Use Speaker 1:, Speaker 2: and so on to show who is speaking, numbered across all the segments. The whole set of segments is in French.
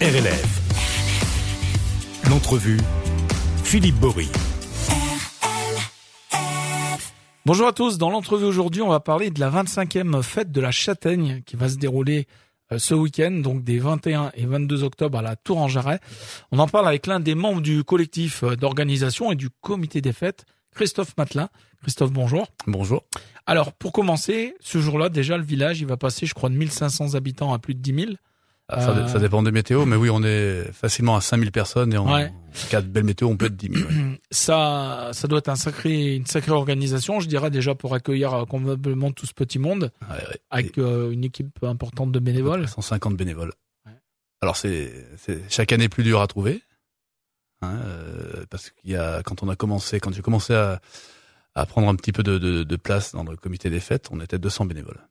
Speaker 1: RLF. L'entrevue, Philippe Bory.
Speaker 2: Bonjour à tous. Dans l'entrevue aujourd'hui, on va parler de la 25e fête de la châtaigne qui va se dérouler euh, ce week-end, donc des 21 et 22 octobre à la Tour en Jarret. On en parle avec l'un des membres du collectif euh, d'organisation et du comité des fêtes, Christophe Matelin. Christophe, bonjour.
Speaker 3: Bonjour.
Speaker 2: Alors, pour commencer, ce jour-là, déjà, le village, il va passer, je crois, de 1500 habitants à plus de 10 000.
Speaker 3: Ça,
Speaker 2: Euh,
Speaker 3: dé- ça dépend des météos, mais oui, on est facilement à 5000 personnes et en
Speaker 2: Ouais.
Speaker 3: cas de belles météos, on peut être 10 000. ouais.
Speaker 2: ça, ça doit être un sacré, une sacrée organisation, je dirais déjà pour accueillir euh, convenablement tout ce petit monde,
Speaker 3: Ouais, ouais.
Speaker 2: avec euh, une équipe importante de bénévoles.
Speaker 3: 150 bénévoles.
Speaker 2: Ouais.
Speaker 3: Alors, c'est c'est chaque année plus dur à trouver. hein, euh, parce qu'il y a, quand on a commencé, quand j'ai commencé à, à prendre un petit peu de, de- de place dans le comité des fêtes, on était 200 bénévoles.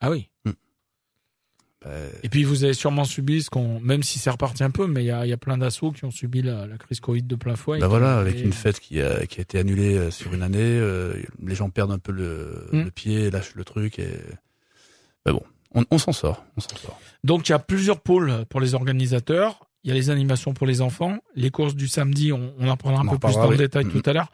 Speaker 2: Ah oui.
Speaker 3: Ben,
Speaker 2: Et puis vous avez sûrement subi ce qu'on, même si ça repartit un peu, mais il y a, il y a plein d'assauts qui ont subi la, la crise Covid de plein fouet.
Speaker 3: Ben voilà,
Speaker 2: Et-
Speaker 3: avec une fête qui a, qui a été annulée euh, sur une année, euh, les gens perdent un peu le,
Speaker 2: Mm.
Speaker 3: le pied, lâchent le truc. Et... Mais bon, on, on s'en sort, on s'en sort.
Speaker 2: Donc il y a plusieurs pôles pour les organisateurs. Il y a les animations pour les enfants, les courses du samedi, on, on en parlera un
Speaker 3: On en
Speaker 2: peu plus
Speaker 3: reparlera,
Speaker 2: dans le
Speaker 3: oui.
Speaker 2: détail
Speaker 3: Mhm.
Speaker 2: tout à l'heure.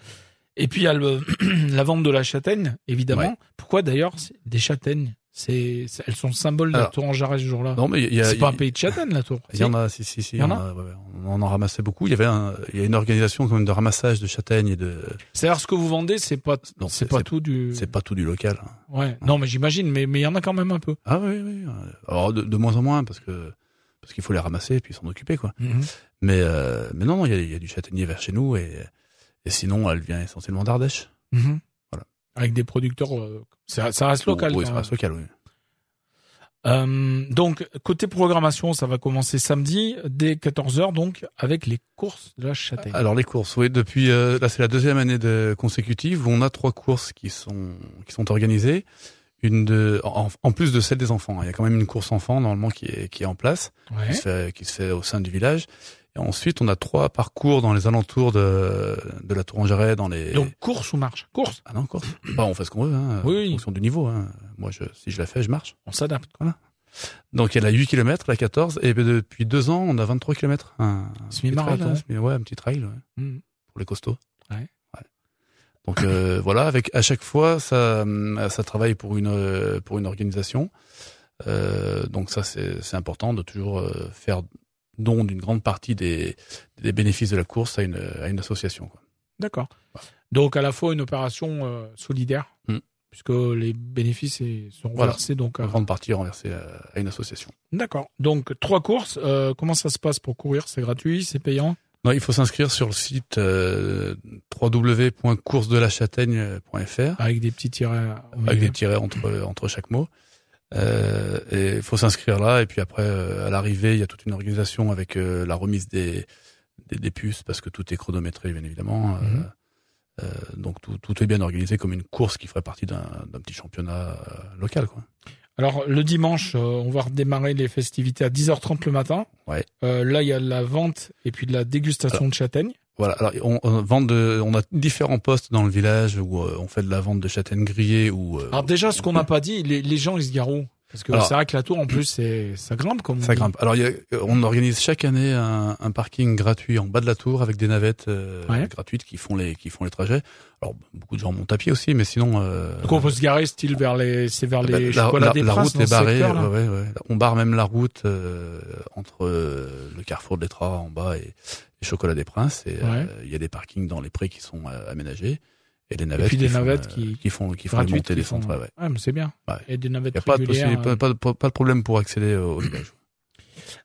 Speaker 2: Et puis il y a le- la vente de la châtaigne, évidemment.
Speaker 3: Ouais.
Speaker 2: Pourquoi d'ailleurs c'est des châtaignes C'est c'est- elles sont le symbole de la
Speaker 3: Alors,
Speaker 2: tour en jarret ce jour-là.
Speaker 3: Non, mais il y a,
Speaker 2: Ah. C'est pas un
Speaker 3: il-
Speaker 2: pays de châtaignes la tour.
Speaker 3: il y en a, si, si, si.
Speaker 2: Il y en
Speaker 3: on a- ouais, ouais, on en ramassait beaucoup. Il y avait un- il y a une organisation quand même de ramassage de châtaignes et de.
Speaker 2: C'est-à-dire ce que vous vendez, c'est pas
Speaker 3: Non,
Speaker 2: c'est pas tout du.
Speaker 3: C'est pas tout du local. hein.
Speaker 2: Ouais. Non mais j'imagine, mais mais il y en a quand même un peu.
Speaker 3: Ah oui, oui. Alors de, de moins en moins parce que parce qu'il faut les ramasser et puis s'en occuper quoi. Mais euh, mais non, non, il y a, il y a du châtaignier vers chez nous et et sinon elle vient essentiellement d'Ardèche.
Speaker 2: Mhm.
Speaker 3: Voilà.
Speaker 2: Avec des producteurs, euh, ça, ça reste local.
Speaker 3: Oui,
Speaker 2: quand
Speaker 3: ça
Speaker 2: même.
Speaker 3: reste local. Oui.
Speaker 2: Euh, donc, côté programmation, ça va commencer samedi dès 14h, donc, avec les courses de la châtaigne.
Speaker 3: Alors les courses, oui. Depuis euh, là, c'est la deuxième année de, consécutive où on a trois courses qui sont qui sont organisées. Une de en, en plus de celle des enfants. hein. Il y a quand même une course enfant normalement qui est qui est en place, qui,
Speaker 2: Ouais.
Speaker 3: se fait, qui se fait au sein du village. Et ensuite, on a trois parcours dans les alentours de de la Tour Angéret, dans les
Speaker 2: Donc, course ou marche Course,
Speaker 3: ah non course. Bah, on fait ce qu'on veut, hein,
Speaker 2: Oui, oui.
Speaker 3: en fonction du niveau. Hein. Moi, je, si je la fais, je marche.
Speaker 2: on s'adapte. quoi.
Speaker 3: Donc il y a la 8 km, la 14, et ben, depuis deux ans, on a 23 km. Un petit
Speaker 2: Semi-marathon.
Speaker 3: trail, hein, semi- ouais, un petit trail. ouais
Speaker 2: Mhm.
Speaker 3: pour les costauds.
Speaker 2: Ouais.
Speaker 3: Donc euh, voilà, avec à chaque fois ça hum, ça travaille pour une euh, pour une organisation. Euh, donc ça c'est c'est important de toujours euh, faire don d'une grande partie des des bénéfices de la course à une à une association. Quoi.
Speaker 2: D'accord. Donc, à la fois une opération euh, solidaire,
Speaker 3: Mm.
Speaker 2: puisque les bénéfices eh, sont
Speaker 3: Voilà.
Speaker 2: versés. Donc,
Speaker 3: Une
Speaker 2: à-
Speaker 3: grande partie renversée à, à une association.
Speaker 2: D'accord. Donc, trois courses. euh, comment ça se passe pour courir C'est gratuit C'est payant
Speaker 3: Non, il faut s'inscrire sur le site euh, www.coursedelachâtaigne.fr.
Speaker 2: Avec des petits tirets. au milieu.
Speaker 3: avec des tirets entre entre chaque mot. Euh, et il faut s'inscrire là et puis après euh, à l'arrivée il y a toute une organisation avec euh, la remise des, des des puces parce que tout est chronométré bien évidemment. Euh,
Speaker 2: Mhm.
Speaker 3: euh, donc tout, tout est bien organisé comme une course qui ferait partie d'un d'un petit championnat euh, local quoi.
Speaker 2: Alors le dimanche, euh, on va redémarrer les festivités à 10h30 le matin.
Speaker 3: Ouais.
Speaker 2: Euh, là, il y a de la vente et puis de la dégustation de châtaignes.
Speaker 3: Voilà, alors on, on vend de, on a différents postes dans le village où euh, on fait de la vente de châtaignes grillées ou euh,
Speaker 2: Alors déjà, ce qu'on n'a pas dit, les, les gens ils se garront parce que
Speaker 3: Alors-
Speaker 2: c'est vrai que la tour en plus c'est ça grimpe comme on
Speaker 3: Ça
Speaker 2: dit.
Speaker 3: grimpe. Alors, il y a- on organise chaque année un, un parking gratuit en bas de la tour avec des navettes euh,
Speaker 2: Ouais.
Speaker 3: gratuites qui font les qui font les trajets. Alors, beaucoup de gens montent à pied aussi, mais sinon, euh,
Speaker 2: Donc on peut se garer style vers les c'est vers
Speaker 3: bah,
Speaker 2: les
Speaker 3: la,
Speaker 2: chocolats
Speaker 3: la-
Speaker 2: des
Speaker 3: la
Speaker 2: Princes,
Speaker 3: route
Speaker 2: dans
Speaker 3: est
Speaker 2: ce
Speaker 3: barrée.
Speaker 2: secteur-là.
Speaker 3: ouais, ouais, ouais. On barre même la route euh, entre euh, le carrefour de l'Étra en bas et, et Chocolat des Princes. Et euh,
Speaker 2: Ouais.
Speaker 3: il y a des parkings dans les prés qui sont euh, aménagés et des navettes
Speaker 2: puis des
Speaker 3: qui font,
Speaker 2: navettes
Speaker 3: euh,
Speaker 2: qui-
Speaker 3: qui font qui font les
Speaker 2: Gratuites,
Speaker 3: montées et les
Speaker 2: qui font-
Speaker 3: descentes. Ouais, ouais.
Speaker 2: Ouais, mais c'est bien.
Speaker 3: Ouais.
Speaker 2: Et des
Speaker 3: Il n'y
Speaker 2: navettes
Speaker 3: a pas de,
Speaker 2: régulières,
Speaker 3: possibilité- pas, pas, de- pas de problème pour accéder au au village.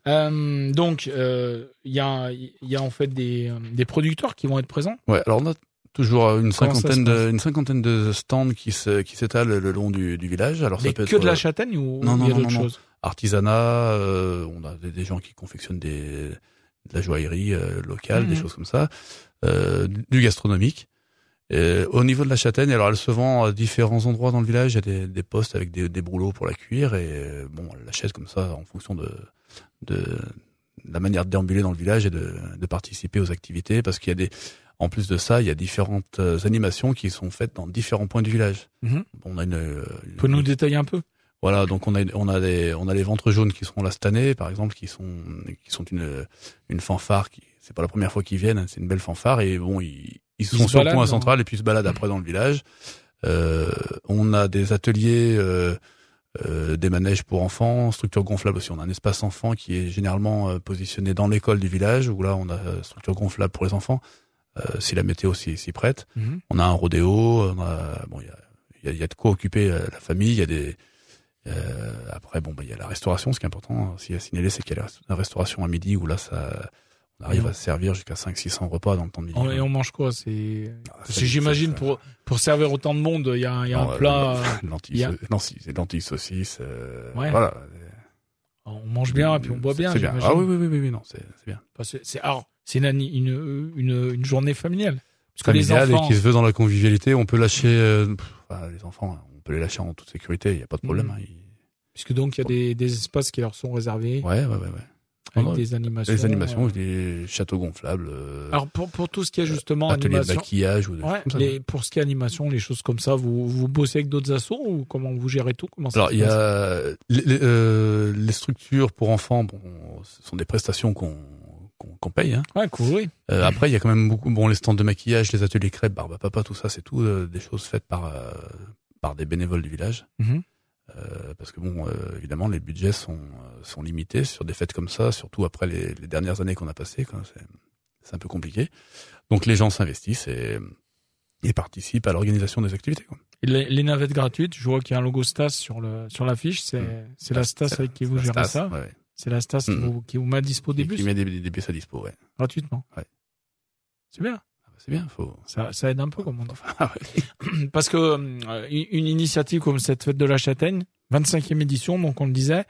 Speaker 2: Euh, donc euh, il y a il y a en fait des euh, des producteurs qui vont être présents.
Speaker 3: Ouais, alors on a toujours euh, une
Speaker 2: Comment ça
Speaker 3: cinquantaine
Speaker 2: se
Speaker 3: de une cinquantaine de stands qui se qui s'étalent le long du, du village. Alors ça
Speaker 2: Mais
Speaker 3: peut
Speaker 2: que
Speaker 3: être
Speaker 2: de la
Speaker 3: euh,
Speaker 2: châtaigne ou
Speaker 3: non,
Speaker 2: il y
Speaker 3: non, non,
Speaker 2: a d'autres
Speaker 3: non,
Speaker 2: choses
Speaker 3: artisanat, euh, on a des, des gens qui confectionnent des de la joaillerie euh, locale,
Speaker 2: Mhm.
Speaker 3: des choses comme ça, euh, du gastronomique. Et au niveau de la châtaigne, alors elle se vend à différents endroits dans le village. Il y a des, des postes avec des, des brûlots pour la cuire et euh, bon, on l'achète comme ça en fonction de de de la manière de déambuler dans le village et de, de participer aux activités parce qu'il y a des en plus de ça, il y a différentes euh, animations qui sont faites dans différents points du village.
Speaker 2: Mhm.
Speaker 3: On a une, euh,
Speaker 2: Peut nous détailler un peu
Speaker 3: Voilà, donc on a on a des on a les ventres jaunes qui seront là cette année, par exemple, qui sont qui sont une une fanfare. Qui, c'est pas la première fois qu'ils viennent, hein, c'est une belle fanfare et bon, ils ils
Speaker 2: se
Speaker 3: sont sur le
Speaker 2: baladent hein. Mmh.
Speaker 3: point
Speaker 2: dans-
Speaker 3: central et puis ils se baladent après dans le village. Euh, on a des ateliers, euh, euh, des manèges pour enfants, structure gonflable aussi. On a un espace enfant qui est généralement euh, positionné dans l'école du village où là on a euh, structure gonflable pour les enfants euh, si la météo s'y s'y prête.
Speaker 2: Mhm.
Speaker 3: On a un rodéo, on a, bon, il y a, il y a- il y a de quoi occuper euh, la famille. Il y a des euh, après bon, bah, il y a la restauration, ce qui est important aussi à signaler, c'est qu'il y a la- la restauration à midi où là ça on arrive
Speaker 2: Et on-
Speaker 3: à se servir jusqu'à 5 600 repas dans le temps de midi.
Speaker 2: Mmh. On- et on mange quoi C'est
Speaker 3: Ah,
Speaker 2: Parce
Speaker 3: ça,
Speaker 2: que
Speaker 3: ça,
Speaker 2: j'imagine
Speaker 3: ça-
Speaker 2: pour pour servir autant de monde, il y a, un- il y a
Speaker 3: Non,
Speaker 2: un
Speaker 3: euh,
Speaker 2: plat.
Speaker 3: non,
Speaker 2: euh,
Speaker 3: lentilles,
Speaker 2: il y a-
Speaker 3: non, si, c'est lentilles saucisses euh,
Speaker 2: Ouais.
Speaker 3: voilà.
Speaker 2: on mange bien et puis on boit bien.
Speaker 3: C'est bien.
Speaker 2: j'imagine.
Speaker 3: Ah oui oui oui oui, oui, non, c'est c'est bien.
Speaker 2: Parce que c'est alors, c'est une, année- une une une journée familiale. Parce que les
Speaker 3: Familial
Speaker 2: enfants. Mmh.
Speaker 3: et qui se veut dans la convivialité, on peut lâcher euh, pff, enfin, les enfants, on peut les lâcher en toute sécurité, il y a pas de problème.
Speaker 2: Mhm.
Speaker 3: hein, ils-
Speaker 2: Puisque donc il y a des des espaces qui leur sont réservés
Speaker 3: Ouais ouais ouais ouais. Oh,
Speaker 2: avec
Speaker 3: non,
Speaker 2: des animations.
Speaker 3: Les animations,
Speaker 2: euh.
Speaker 3: des châteaux gonflables, euh,
Speaker 2: Alors pour pour tout ce qui est justement
Speaker 3: ateliers de
Speaker 2: animation.
Speaker 3: maquillage ou des
Speaker 2: Ouais,
Speaker 3: choses comme ça.
Speaker 2: les- pour ce qui est animation, les choses comme ça, vous, vous bossez avec d'autres assos ou comment vous gérez tout comment ça
Speaker 3: Alors
Speaker 2: se
Speaker 3: il y
Speaker 2: passe
Speaker 3: a les, les, euh, les structures pour enfants, bon, ce sont des prestations qu'on qu'on qu'on paye. Hein.
Speaker 2: Ouais, cool, oui.
Speaker 3: Euh, après, il y a quand même beaucoup, bon, les stands de maquillage, les ateliers crêpes, barbe à papa, tout ça, c'est tout euh, des choses faites par euh, par des bénévoles du village.
Speaker 2: Mhm.
Speaker 3: Euh, parce que bon, euh, évidemment, les budgets sont euh, sont limités sur des fêtes comme ça, surtout après les, les dernières années qu'on a passées, quoi, c'est c'est un peu compliqué. Donc les gens s'investissent et et participent à l'organisation des activités. Quoi.
Speaker 2: Et Les, les navettes gratuites, je vois qu'il y a un logo Stas sur le sur l'affiche. C'est c'est la Stas avec qui vous
Speaker 3: C'est Hmm. la
Speaker 2: gérez
Speaker 3: Stas,
Speaker 2: ça.
Speaker 3: ouais, ouais.
Speaker 2: C'est la Stas qui,
Speaker 3: Mhm.
Speaker 2: vous, qui vous met à dispo des
Speaker 3: Et
Speaker 2: bus
Speaker 3: Qui met des, des, des pièces à dispo, ouais.
Speaker 2: gratuitement.
Speaker 3: Ouais.
Speaker 2: C'est bien.
Speaker 3: Ah bah, C'est bien, faut.
Speaker 2: Ça, ça aide un peu, comme on dit.
Speaker 3: Enfin, Ah ouais.
Speaker 2: Parce que euh, une initiative comme cette fête de la châtaigne, 25e édition, donc on le disait.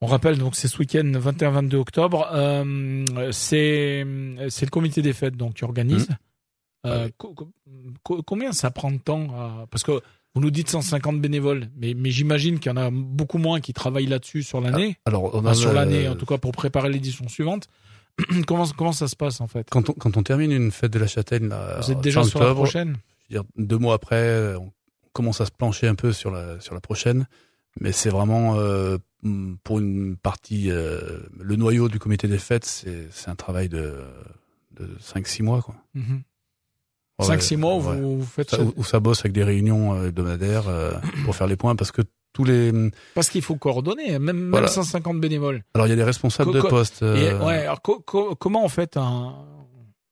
Speaker 2: On rappelle donc c'est ce week-end 21-22 octobre. Euh, c'est c'est le comité des fêtes donc qui
Speaker 3: Mmh.
Speaker 2: organise. Euh,
Speaker 3: Ouais.
Speaker 2: co- co- co- combien ça prend de temps à- Parce que vous nous dites 150 bénévoles, mais mais j'imagine qu'il y en a beaucoup moins qui travaillent là-dessus sur l'année,
Speaker 3: Alors, on
Speaker 2: Enfin,
Speaker 3: a euh,
Speaker 2: sur
Speaker 3: le-
Speaker 2: l'année en tout cas pour préparer l'édition suivante. comment comment ça se passe en fait
Speaker 3: Quand on, quand on termine une fête de la Châtaigne, là,
Speaker 2: Vous êtes
Speaker 3: euh, fin
Speaker 2: déjà sur la
Speaker 3: octobre,
Speaker 2: prochaine
Speaker 3: je veux dire, deux mois après, euh, on commence à se plancher un peu sur la, sur la prochaine. Mais c'est vraiment, euh, pour une partie, euh, le noyau du comité des fêtes, c'est c'est un travail de, de 5-6 mois, quoi.
Speaker 2: 5-6
Speaker 3: Ouais,
Speaker 2: mois,
Speaker 3: ouais.
Speaker 2: vous, vous faites.
Speaker 3: Ça- où, où ça bosse avec des réunions euh, hebdomadaires euh, pour faire les points parce que tous les.
Speaker 2: Parce qu'il faut coordonner, hein, même, même
Speaker 3: Voilà.
Speaker 2: 150 bénévoles.
Speaker 3: Alors, il y a des responsables
Speaker 2: Co-
Speaker 3: de
Speaker 2: co-
Speaker 3: poste.
Speaker 2: Et
Speaker 3: euh,
Speaker 2: ouais, alors co- co- comment on fait un.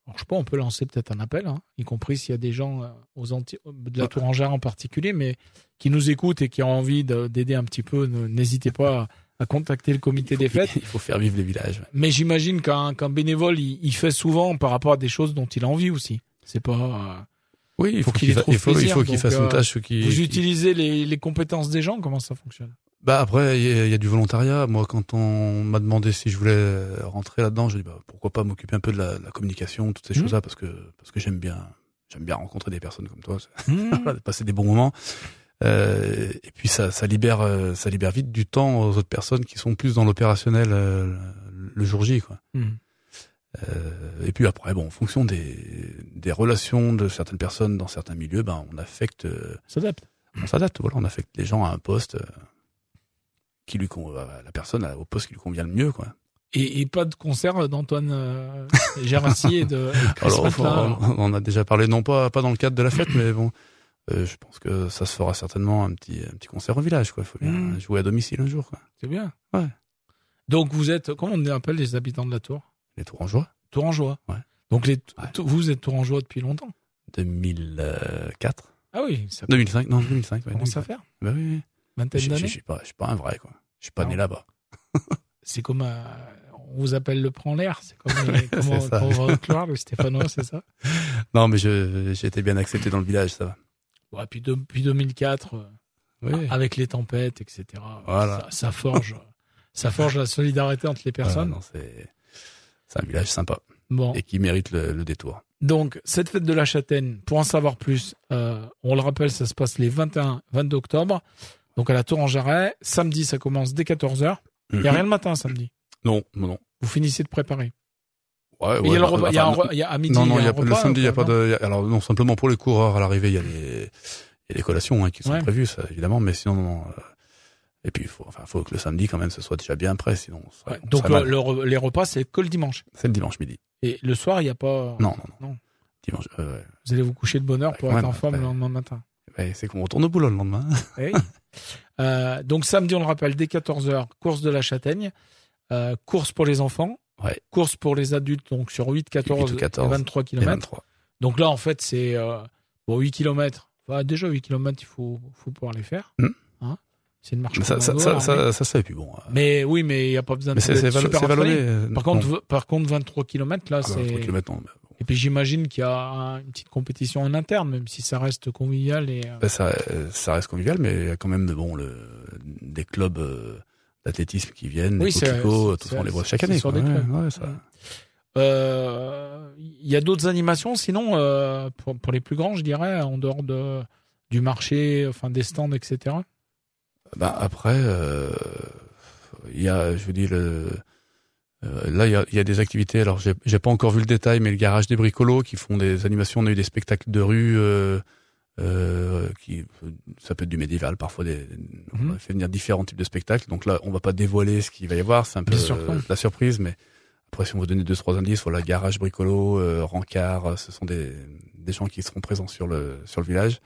Speaker 2: Alors, je sais pas, on peut lancer peut-être un appel, hein, y compris s'il y a des gens euh, aux anti... de la
Speaker 3: Ouais.
Speaker 2: Tourangère en particulier, mais qui nous écoutent et qui ont envie de- d'aider un petit peu, ne- n'hésitez pas à, à contacter le comité des fêtes.
Speaker 3: Il faut faire vivre les villages.
Speaker 2: Mais j'imagine qu'un qu'un bénévole, il, il fait souvent par rapport à des choses dont il a envie aussi. C'est pas. euh,
Speaker 3: Oui, il
Speaker 2: Faut
Speaker 3: faut
Speaker 2: qu'il y
Speaker 3: qu'il fa-
Speaker 2: trouve
Speaker 3: il faut, il
Speaker 2: plaisir,
Speaker 3: faut qu'il
Speaker 2: donc,
Speaker 3: fasse
Speaker 2: euh,
Speaker 3: une tâche qui.
Speaker 2: Vous
Speaker 3: qui-
Speaker 2: utilisez les, les compétences des gens, comment ça fonctionne
Speaker 3: Bah après, il y, a- il y a du volontariat. Moi, quand on m'a demandé si je voulais rentrer là-dedans, j'ai dit bah, pourquoi pas m'occuper un peu de la, la communication, toutes ces
Speaker 2: Mhm.
Speaker 3: choses-là, parce que parce que j'aime bien j'aime bien rencontrer des personnes comme toi, c'est-
Speaker 2: Hmm.
Speaker 3: voilà, de passer des bons moments. Euh, et puis ça ça libère euh, ça libère vite du temps aux autres personnes qui sont plus dans l'opérationnel euh, le- le jour J, quoi.
Speaker 2: Hmm.
Speaker 3: Euh, et puis après, bon, en fonction des, des relations de certaines personnes dans certains milieux, ben on affecte, euh,
Speaker 2: S'adapte.
Speaker 3: on s'adapte. Voilà, on affecte les gens à un poste euh, qui lui con- à la personne à- au poste qui lui convient le mieux, quoi.
Speaker 2: Et, et pas de concert d'Antoine euh, Gérassi et de et de Chris
Speaker 3: Alors,
Speaker 2: Matlin.
Speaker 3: on, on en a déjà parlé, non pas pas dans le cadre de la fête, mais bon, euh, je pense que ça se fera certainement un petit un petit concert au village, quoi. Faut bien
Speaker 2: Mm.
Speaker 3: jouer à domicile un jour, quoi.
Speaker 2: C'est bien.
Speaker 3: Ouais.
Speaker 2: Donc vous êtes, comment on appelle les habitants de la tour
Speaker 3: Les Tourangeois,
Speaker 2: Tourangeois.
Speaker 3: Ouais.
Speaker 2: Donc les, t-
Speaker 3: Ouais.
Speaker 2: t- vous êtes Tourangeois depuis longtemps.
Speaker 3: 2004,
Speaker 2: Ah oui, ça
Speaker 3: 2005, non 2005. ouais,
Speaker 2: commence à
Speaker 3: 2005.
Speaker 2: faire.
Speaker 3: Bah oui, oui. Je
Speaker 2: Vingtaine
Speaker 3: je- je
Speaker 2: d'années.
Speaker 3: suis pas je suis pas un vrai, quoi. Je suis pas
Speaker 2: Non.
Speaker 3: né là-bas.
Speaker 2: C'est comme euh, on vous appelle le prend l'air. C'est comme les, comment,
Speaker 3: c'est ça.
Speaker 2: quand on va au Cloire, le Stéphanois, c'est ça.
Speaker 3: Non, mais je- j'ai été bien accepté dans le village, ça va.
Speaker 2: Ouais, puis de- depuis 2004, euh,
Speaker 3: Oui.
Speaker 2: avec les tempêtes, etc.
Speaker 3: Voilà.
Speaker 2: Ça, ça forge, ça forge la solidarité entre les personnes.
Speaker 3: non, c'est c'est un village sympa
Speaker 2: bon.
Speaker 3: et qui mérite le, le détour.
Speaker 2: Donc, cette fête de la châtaigne, pour en savoir plus, euh, on le rappelle, ça se passe les 21-22 octobre, donc à la Tour en Jarret. Samedi, ça commence dès 14h. Il
Speaker 3: Mhm.
Speaker 2: n'y a rien le matin samedi.
Speaker 3: Non, non, non.
Speaker 2: Vous finissez de préparer.
Speaker 3: Ouais,
Speaker 2: Mais il y a le
Speaker 3: bah,
Speaker 2: repas- il y a un
Speaker 3: enfin,
Speaker 2: re- il y a à midi.
Speaker 3: non, non,
Speaker 2: il y a un
Speaker 3: pas- le
Speaker 2: repas, euh,
Speaker 3: samedi, il n'y a
Speaker 2: quoi,
Speaker 3: pas
Speaker 2: non
Speaker 3: de. il y a- alors non, simplement pour les coureurs à l'arrivée, il y a les il y a les collations hein, qui sont
Speaker 2: Ouais.
Speaker 3: prévues, ça, évidemment, mais sinon non, non, euh, Et puis, il faut, enfin, faut que le samedi, quand même, ce soit déjà bien prêt, sinon. on serait-
Speaker 2: Ouais,
Speaker 3: on
Speaker 2: donc euh,
Speaker 3: serait
Speaker 2: le-
Speaker 3: mal.
Speaker 2: le re- les repas, c'est que le dimanche.
Speaker 3: c'est le dimanche midi.
Speaker 2: Et le soir, il n'y a pas.
Speaker 3: Non, non, non.
Speaker 2: Non.
Speaker 3: Dimanche. euh, ouais.
Speaker 2: Vous allez vous coucher de bonne heure
Speaker 3: Ouais,
Speaker 2: pour
Speaker 3: quand
Speaker 2: être en
Speaker 3: même,
Speaker 2: forme
Speaker 3: ouais.
Speaker 2: le lendemain matin.
Speaker 3: Ouais, c'est qu'on retourne au boulot le lendemain.
Speaker 2: Eh oui. Euh, donc samedi, on le rappelle, dès 14h, course de la châtaigne, euh, course pour les enfants,
Speaker 3: Ouais.
Speaker 2: course pour les adultes, donc sur 8, 14,
Speaker 3: Huit ou
Speaker 2: et
Speaker 3: 14,
Speaker 2: 23
Speaker 3: Les
Speaker 2: km.
Speaker 3: 23.
Speaker 2: Donc là, en fait, c'est euh, bon, 8 km. Enfin, déjà, 8 km, il faut, faut pouvoir les faire.
Speaker 3: Hmm.
Speaker 2: Hein c'est une marche.
Speaker 3: Mais ça, ça,
Speaker 2: commando,
Speaker 3: ça,
Speaker 2: armée.
Speaker 3: ça, ça se fait, puis bon. euh,
Speaker 2: mais oui, mais il n'y a pas besoin
Speaker 3: Mais
Speaker 2: de
Speaker 3: c'est c'est valo-
Speaker 2: super
Speaker 3: c'est Hmm. Ah,
Speaker 2: entraîné.
Speaker 3: vallonné.
Speaker 2: Par contre, v- par contre, 23 km,
Speaker 3: bah,
Speaker 2: là, c'est.
Speaker 3: maintenant.
Speaker 2: Et puis j'imagine qu'il y a un- une petite compétition en interne, même si ça reste convivial et. euh,
Speaker 3: ça, euh, ça reste convivial, mais il y a quand même bon, le, des clubs euh, d'athlétisme qui viennent,
Speaker 2: Oui,
Speaker 3: oui,
Speaker 2: c'est-
Speaker 3: des coquelicots,
Speaker 2: c'est-
Speaker 3: tout
Speaker 2: c'est-
Speaker 3: ça, on les voit
Speaker 2: c'est-
Speaker 3: chaque
Speaker 2: c'est
Speaker 3: année.
Speaker 2: sur
Speaker 3: quoi.
Speaker 2: des
Speaker 3: Ouais,
Speaker 2: clubs.
Speaker 3: ouais, ça-
Speaker 2: Euh, Il y a d'autres animations, sinon, euh, pour, pour les plus grands, je dirais, en dehors de, du marché, enfin des stands, etc.
Speaker 3: Bah, après, euh, il y a, je vous dis, le, euh, là, il y a, il y a des activités. Alors, j'ai j'ai pas encore vu le détail, mais le garage des bricolos qui font des animations. On a eu des spectacles de rue, euh, euh, qui, ça peut être du médiéval, parfois. Des, On
Speaker 2: Mhm.
Speaker 3: a fait venir différents types de spectacles. Donc là, on va pas dévoiler ce qu'il va y avoir. C'est un peu
Speaker 2: Bien sûr,
Speaker 3: euh,
Speaker 2: non.
Speaker 3: de la surprise, mais après, si on veut donner deux, trois indices, voilà, garage bricolo, euh, rencard, ce sont des, des gens qui seront présents sur le, sur le village.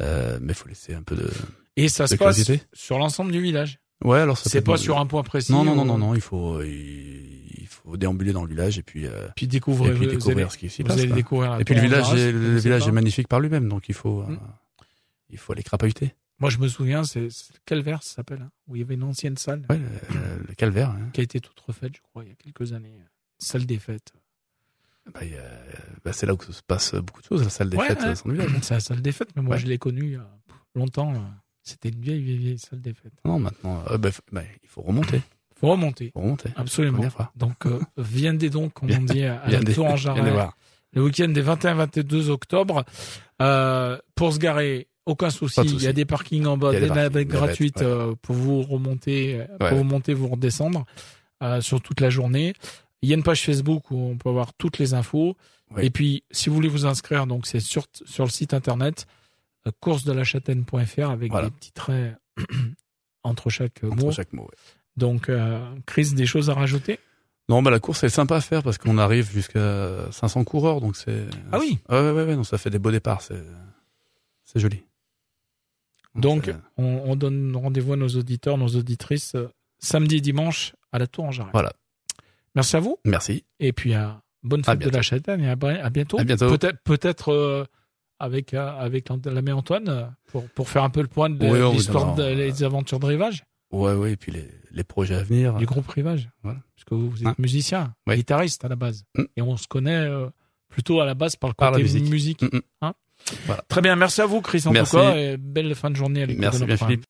Speaker 3: Euh, mais faut laisser un peu de.
Speaker 2: Et ça se
Speaker 3: De
Speaker 2: passe
Speaker 3: curiosité.
Speaker 2: sur l'ensemble du village.
Speaker 3: Ouais, alors ça
Speaker 2: C'est
Speaker 3: peut
Speaker 2: pas
Speaker 3: être-
Speaker 2: sur un point précis.
Speaker 3: non, non, non,
Speaker 2: ou-
Speaker 3: non, non, il faut, euh, il il faut déambuler dans le village et puis, euh,
Speaker 2: Puis
Speaker 3: et
Speaker 2: découvrez,
Speaker 3: puis
Speaker 2: vous, allez,
Speaker 3: découvrir ce qui s'y
Speaker 2: vous
Speaker 3: passe.
Speaker 2: allez
Speaker 3: quoi.
Speaker 2: découvrir. la
Speaker 3: Et puis le
Speaker 2: tour en
Speaker 3: village,
Speaker 2: terrasse,
Speaker 3: est,
Speaker 2: je
Speaker 3: le
Speaker 2: connaissais
Speaker 3: village
Speaker 2: pas.
Speaker 3: est magnifique par lui-même, donc il faut, euh,
Speaker 2: Mm.
Speaker 3: il faut aller crapahuter.
Speaker 2: Moi, je me souviens, c'est c'est le calvaire, ça s'appelle, hein, où il y avait une ancienne salle
Speaker 3: Ouais, euh, le calvaire. hein.
Speaker 2: qui a été toute refaite, je crois, il y a quelques années. Une Salle des fêtes.
Speaker 3: Bah, il y a- bah, c'est là où se passe beaucoup de choses, la salle des
Speaker 2: Ouais,
Speaker 3: fêtes,
Speaker 2: ouais.
Speaker 3: euh, sans village.
Speaker 2: C'est la salle des fêtes, mais moi
Speaker 3: Ouais.
Speaker 2: je l'ai connue il y a longtemps. euh, C'était une vieille, vieille, vieille salle des fêtes.
Speaker 3: Non, maintenant, euh, bah, f- bah, il faut remonter,
Speaker 2: Faut remonter,
Speaker 3: faut remonter.
Speaker 2: absolument.
Speaker 3: Première fois.
Speaker 2: Donc euh, viendez donc, comme
Speaker 3: Bien-
Speaker 2: on dit, à, à
Speaker 3: Viens
Speaker 2: la
Speaker 3: des-
Speaker 2: Tour en
Speaker 3: viens
Speaker 2: Jarret,
Speaker 3: les voir.
Speaker 2: le week-end des 21-22 octobre. Euh, pour se garer, aucun souci.
Speaker 3: Pas de
Speaker 2: Il y a
Speaker 3: souci.
Speaker 2: des parkings en bas,
Speaker 3: Il y a
Speaker 2: des
Speaker 3: des parkings,
Speaker 2: navettes
Speaker 3: des navettes,
Speaker 2: gratuites
Speaker 3: ouais.
Speaker 2: euh, pour vous remonter, euh, pour
Speaker 3: Ouais.
Speaker 2: vous monter, vous redescendre euh, sur toute la journée. Il y a une page Facebook où on peut avoir toutes les infos.
Speaker 3: Ouais.
Speaker 2: Et puis, si vous voulez vous inscrire, donc c'est sur, sur le site internet euh, coursedelachâtaigne.fr avec
Speaker 3: Voilà.
Speaker 2: des petits traits entre chaque
Speaker 3: Entre
Speaker 2: mot.
Speaker 3: chaque mot. ouais.
Speaker 2: Donc, euh, Chris, des choses à rajouter
Speaker 3: Non, bah, la course, elle est sympa à faire parce qu'on arrive jusqu'à 500 coureurs, donc c'est.
Speaker 2: Ah oui.
Speaker 3: Ouais, ouais, ouais, ouais, non, ça fait des beaux départs, c'est, c'est joli.
Speaker 2: Donc,
Speaker 3: euh,
Speaker 2: on, on donne rendez-vous à nos auditeurs, nos auditrices, euh, samedi et dimanche à la Tour en Jarret.
Speaker 3: Voilà.
Speaker 2: Merci à vous.
Speaker 3: merci.
Speaker 2: Et puis, euh, bonne
Speaker 3: À
Speaker 2: fête de
Speaker 3: bientôt.
Speaker 2: la châtaigne et à, bri- à bientôt.
Speaker 3: À bientôt.
Speaker 2: Peut-être peut-être euh, avec, euh, avec l'an- l'ami Antoine euh, pour, pour faire un peu le point de
Speaker 3: Oui, on vous
Speaker 2: l'histoire
Speaker 3: donnera,
Speaker 2: des
Speaker 3: euh,
Speaker 2: aventures de Rivage,
Speaker 3: Ouais, ouais, et puis les, les projets à venir.
Speaker 2: du groupe Rivage.
Speaker 3: Voilà.
Speaker 2: Parce que vous, vous êtes
Speaker 3: Hein
Speaker 2: musicien,
Speaker 3: Oui.
Speaker 2: guitariste à la base.
Speaker 3: Mm.
Speaker 2: Et on se connaît euh, plutôt à la base par le
Speaker 3: Par la
Speaker 2: côté
Speaker 3: musique.
Speaker 2: musique.
Speaker 3: Mm, mm.
Speaker 2: Hein
Speaker 3: Voilà.
Speaker 2: Très bien, merci à vous Chris en
Speaker 3: Merci.
Speaker 2: tout cas et belle fin de journée à l'écoute de
Speaker 3: Merci
Speaker 2: notre
Speaker 3: bien,
Speaker 2: programme.
Speaker 3: Philippe.